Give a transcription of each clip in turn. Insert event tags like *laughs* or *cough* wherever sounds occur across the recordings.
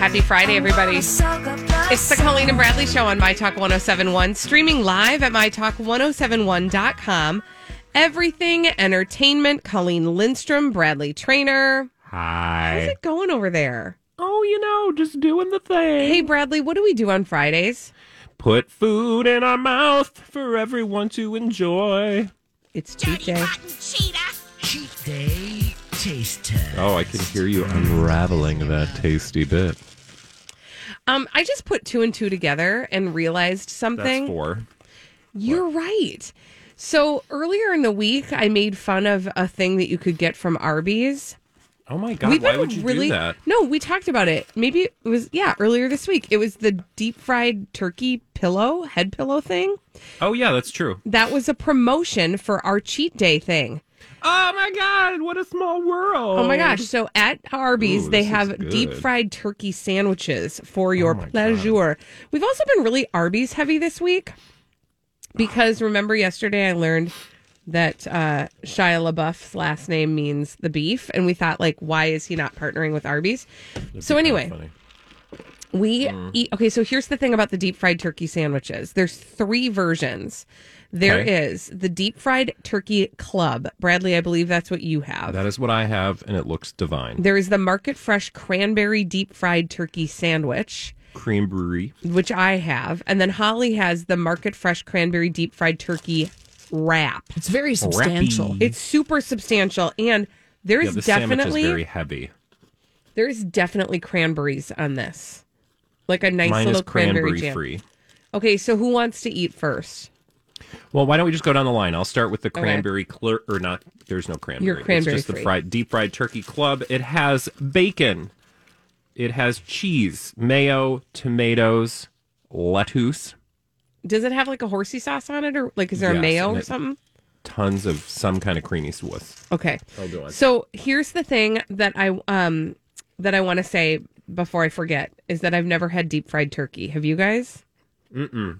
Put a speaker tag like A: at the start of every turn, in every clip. A: Happy Friday, everybody. It's the Colleen and Bradley Show on My Talk 1071, streaming live at MyTalk1071.com. Everything Entertainment, Colleen Lindstrom, Bradley Trainer. How's
B: Hi.
A: it going over there?
B: Oh, you know, just doing the thing.
A: Hey, Bradley, what do we do on Fridays?
B: Put food in our mouth for everyone to enjoy.
A: It's Tuesday.
C: Cheat day taste test.
B: Oh, I can hear you unraveling that tasty bit.
A: Um, I just put two and two together and realized something.
B: That's four.
A: You're right. So earlier in the week, I made fun of a thing that you could get from Arby's.
B: Oh my god,
A: We've
B: why
A: been
B: would you
A: really,
B: do that?
A: No, we talked about it. Maybe it was yeah earlier this week. It was the deep fried turkey pillow head pillow thing.
B: Oh yeah, that's true.
A: That was a promotion for our cheat day thing.
B: Oh my god, what a small world.
A: Oh my gosh! So at Arby's,
B: Ooh,
A: they
B: this is
A: have deep
B: good. Oh
A: fried turkey sandwiches for your
B: my God.
A: pleasure. We've also been really Arby's heavy this week because remember yesterday I learned that uh, Shia LaBeouf's last name means the beef, and we thought like, why is he not partnering with Arby's? so anyway.
B: Funny.
A: We
B: Mm-hmm.
A: eat. Okay, so here's the thing about the deep fried turkey sandwiches. There's three versions. There is
B: Okay.
A: the deep fried turkey club. Bradley, I believe that's what you have.
B: That is what I have and it looks divine.
A: there is the market fresh cranberry deep fried turkey sandwich,
B: Cream brewery.
A: which I have. And then Holly has the market fresh cranberry deep fried turkey wrap.
C: It's very substantial.
B: Wrappy.
A: It's super substantial. And there
B: Yeah,
A: is
B: the sandwich is
A: definitely
B: very heavy.
A: there is definitely cranberries on this. Like a nice
B: Mine
A: little
B: is cranberry
A: jam.
B: free.
A: Okay, so who wants to eat first?
B: Well, why don't we just go down the line? I'll start with the
A: Okay.
B: cranberry cl- or not. There's no cranberry.
A: cranberry
B: It's just
A: free.
B: the fried deep fried turkey club. It has bacon. It has cheese, mayo, tomatoes, lettuce,
A: Does it have like a horsey sauce on it, or like is there a
B: Yes,
A: mayo
B: and
A: or
B: it-
A: something?
B: tons of some kind of creamy sauce.
A: Okay.
B: go on.
A: So here's the thing that I um that I want to say before I forget is that I've never had deep fried turkey. Have you guys?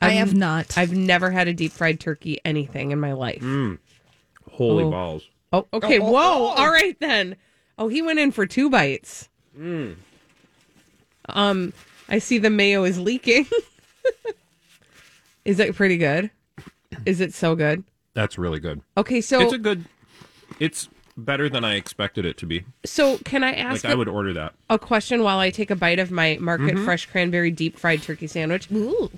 C: I have not.
A: I've never had a deep fried turkey anything in my life.
B: Mm. Holy
A: Oh.
B: balls!
A: Oh, okay. Whoa. All right then. Oh, he went in for two bites.
B: Mm.
A: Um, I see the mayo is leaking. *laughs* is it pretty good? Is it so good?
B: That's really good.
A: Okay, so
B: It's a good. It's better than I expected it to be.
A: so can I
B: Like
A: ask? the-
B: I would order that.
A: a question while I take a bite of my market fresh cranberry deep fried turkey sandwich.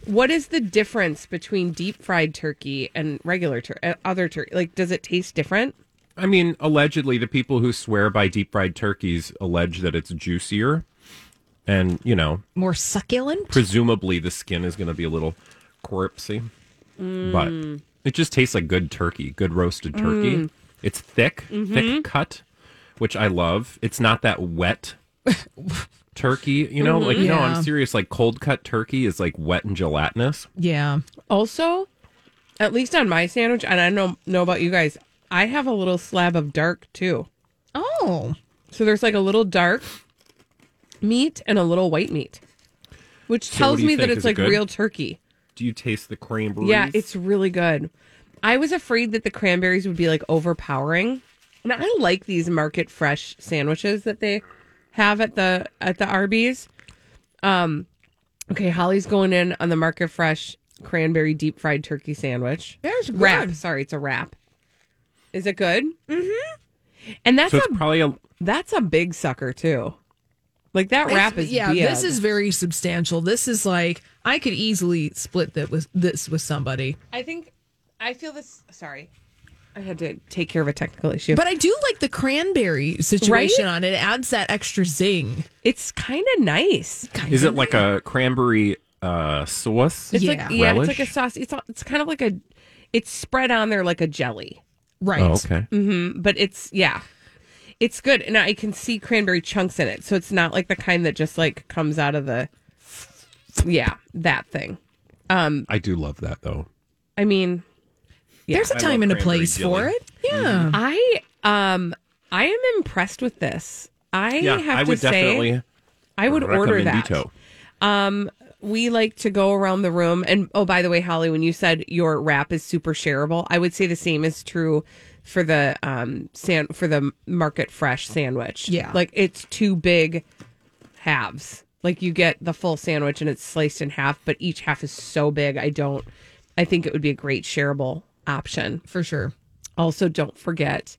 A: What is the difference between deep fried turkey and regular tur- uh, other turkey? Like, does it taste different?
B: I mean, allegedly, the people who swear by deep fried turkeys allege that it's juicier, and you know,
C: More succulent.
B: presumably the skin is going to be a little corpsey, but it just tastes like good turkey, good roasted turkey.
A: Mm.
B: It's thick,
A: Mm-hmm.
B: thick cut, which I love. It's not that
A: *laughs*
B: wet turkey, you know.
A: Mm-hmm.
B: Like no,
C: Yeah.
B: I'm serious. Like cold cut turkey is like wet and gelatinous.
C: yeah.
A: Also, at least on my sandwich, and I don't know about you guys, I have a little slab of dark too.
C: Oh.
A: So there's like a little dark meat and a little white meat, which
B: So what
A: tells
B: do you
A: me that
B: think?
A: it's
B: Is it
A: like
B: good?
A: real turkey.
B: Do you taste the cranberries?
A: Yeah, it's really good. I was afraid that the cranberries would be like overpowering. And I like these market fresh sandwiches that they have at the at the Arby's. Um okay, Holly's going in on the market fresh cranberry deep fried turkey sandwich.
C: That's good.
A: Wrap. Sorry, it's a wrap. Is it good? Mm-hmm. And that's
B: so
A: a
B: it's probably a
A: that's a big sucker too. Like that wrap
C: It's-
A: is
C: yeah.
A: big.
C: This is very substantial. This is like I could easily split that with this with somebody.
A: I think I feel this. Sorry, I had to take care of a technical issue.
C: But I do like the cranberry situation on it. It adds that extra zing.
A: it's kind of nice.
B: Is it like a cranberry uh, sauce?
A: It's
C: Yeah.
A: like yeah, it's like a
B: Relish?
A: sauce. It's all- it's kind of like a it's spread on there like a jelly,
C: Right.
B: Oh, okay.
A: Mm. but it's yeah. It's good, and I can see cranberry chunks in it, so it's not like the kind that just like comes out of the, yeah, that thing.
B: I do love that though.
A: I mean,
C: There's a
B: I
C: time
B: love
C: and a
B: cranberry
C: place
B: jelly.
C: for it.
A: Mm-hmm.
C: Yeah.
A: I um, I am impressed with this. I
B: Yeah,
A: have
B: I
A: to
B: would
A: say,
B: definitely
A: I would order that.
B: recommendito.
A: we like to go around the room and oh by the way holly when you said your wrap is super shareable i would say the same is true for the um san for the market fresh sandwich
C: Yeah.
A: like it's two big halves like you get the full sandwich and it's sliced in half but each half is so big i don't i think it would be a great shareable option
C: For sure.
A: also, don't forget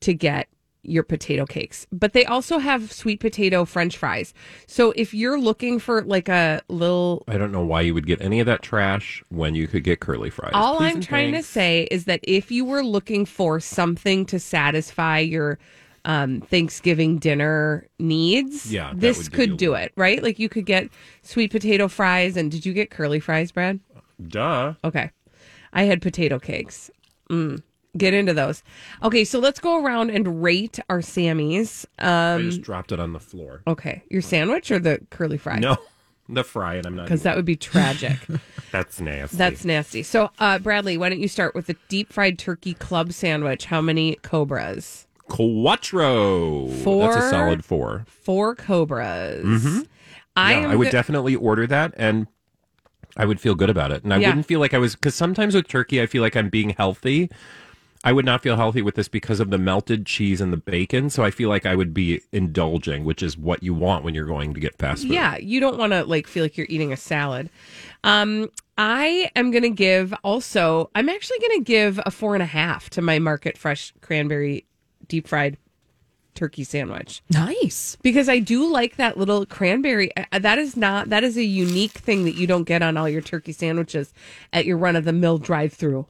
A: to get your potato cakes. But they also have sweet potato french fries. So if you're looking for like a little
B: I don't know why you would get any of that trash when you could get curly fries.
A: all
B: Please
A: I'm
B: and
A: trying
B: thanks.
A: to say is that if you were looking for something to satisfy your um, Thanksgiving dinner needs,
B: Yeah, that
A: this
B: would give you
A: could
B: a
A: do
B: little-
A: it, right? Like you could get sweet potato fries. And did you get curly fries, Brad?
B: duh.
A: Okay. I had potato cakes. Mm. Get into those. Okay, so let's go around and rate our Sammys.
B: I
A: Um,
B: just dropped it on the floor.
A: okay, your sandwich or the curly fry?
B: No, *laughs* the fry, and I'm not.
A: Because that would be tragic.
B: That's nasty.
A: That's nasty. So, uh, Bradley, why don't you start with the deep fried turkey club sandwich? How many cobras?
B: Quattro. That's
A: Four.
B: a solid four.
A: Four cobras. I
B: Mm-hmm. Yeah,
A: am.
B: I would
A: go-
B: definitely order that, and I would feel good about it, and I
A: Yeah.
B: wouldn't feel like I was because sometimes with turkey, I feel like I'm being healthy. I would not feel healthy with this because of the melted cheese and the bacon, so I feel like I would be indulging, which is what you want when you're going to get fast food.
A: Yeah, you don't want to like feel like you're eating a salad. Um, I am gonna give also. I'm actually gonna give a four and a half to my market fresh cranberry deep fried turkey sandwich
C: Nice.
A: because I do like that little cranberry. uh, That is not that is a unique thing that you don't get on all your turkey sandwiches at your run of the mill drive through.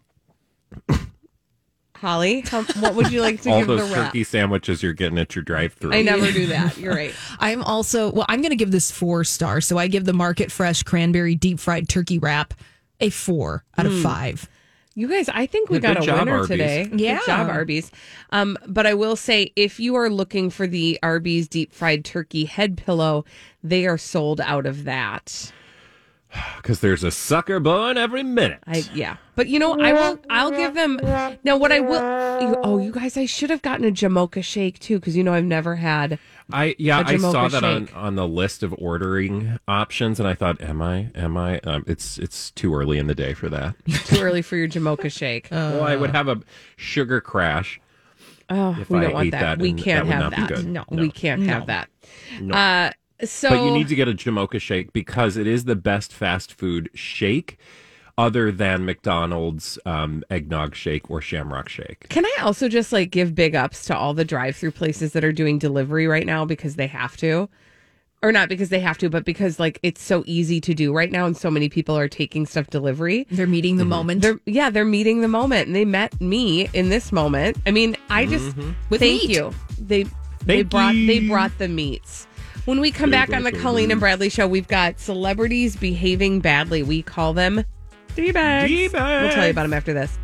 A: Holly, how, what would you like to
B: all
A: give
B: those
A: the wrap?
B: turkey sandwiches you're getting at your drive-through.
A: I never do that. You're right.
C: I'm also well. I'm going to give this four stars. So I give the Market Fresh Cranberry Deep Fried Turkey Wrap a four out of five.
A: You guys, I think we
B: Yeah,
A: got
B: good
A: a
B: job,
A: winner
B: Arby's.
A: today.
C: Yeah.
A: Good job, Arby's. Um, but I will say, if you are looking for the Arby's deep fried turkey head pillow, they are sold out of that.
B: because there's a sucker bun every minute.
A: I yeah, but you know, I will. I'll give them. Now, what I will. You, oh, you guys, I should have gotten a Jamocha shake too, because you know I've never had.
B: I yeah,
A: A
B: I saw
A: Jamocha
B: that on,
A: shake.
B: on the list of ordering options, and I thought, am I? Am I? Um, it's it's too early in the day for that.
A: Too early for your Jamocha shake.
B: well, I would have a sugar crash.
A: oh,
B: if
A: we
B: I
A: don't want
B: ate
A: that.
B: that,
A: We
B: and
A: can't
B: that would
A: have
B: not be
A: that.
B: good.
A: No,
B: No.
A: we can't have that.
B: No.
A: Uh, so
B: but you need to get a Jamocha shake because it is the best fast food shake, other than McDonald's um, eggnog shake or Shamrock shake.
A: Can I also just like give big ups to all the drive through places that are doing delivery right now because they have to? Or not because they have to, but because like it's so easy to do right now and so many people are taking stuff delivery.
C: They're meeting the
B: Mm-hmm.
C: moment.
A: They're yeah, they're meeting the moment and they met me in this moment. I mean, I
C: With
A: just Mm-hmm. thank
C: meat.
A: you. They they
B: Thank
A: brought they
B: you.
A: brought the meats. When we come back on the Colleen and Bradley show, we've got celebrities behaving badly. We call them D-bags. We'll tell you about them after this.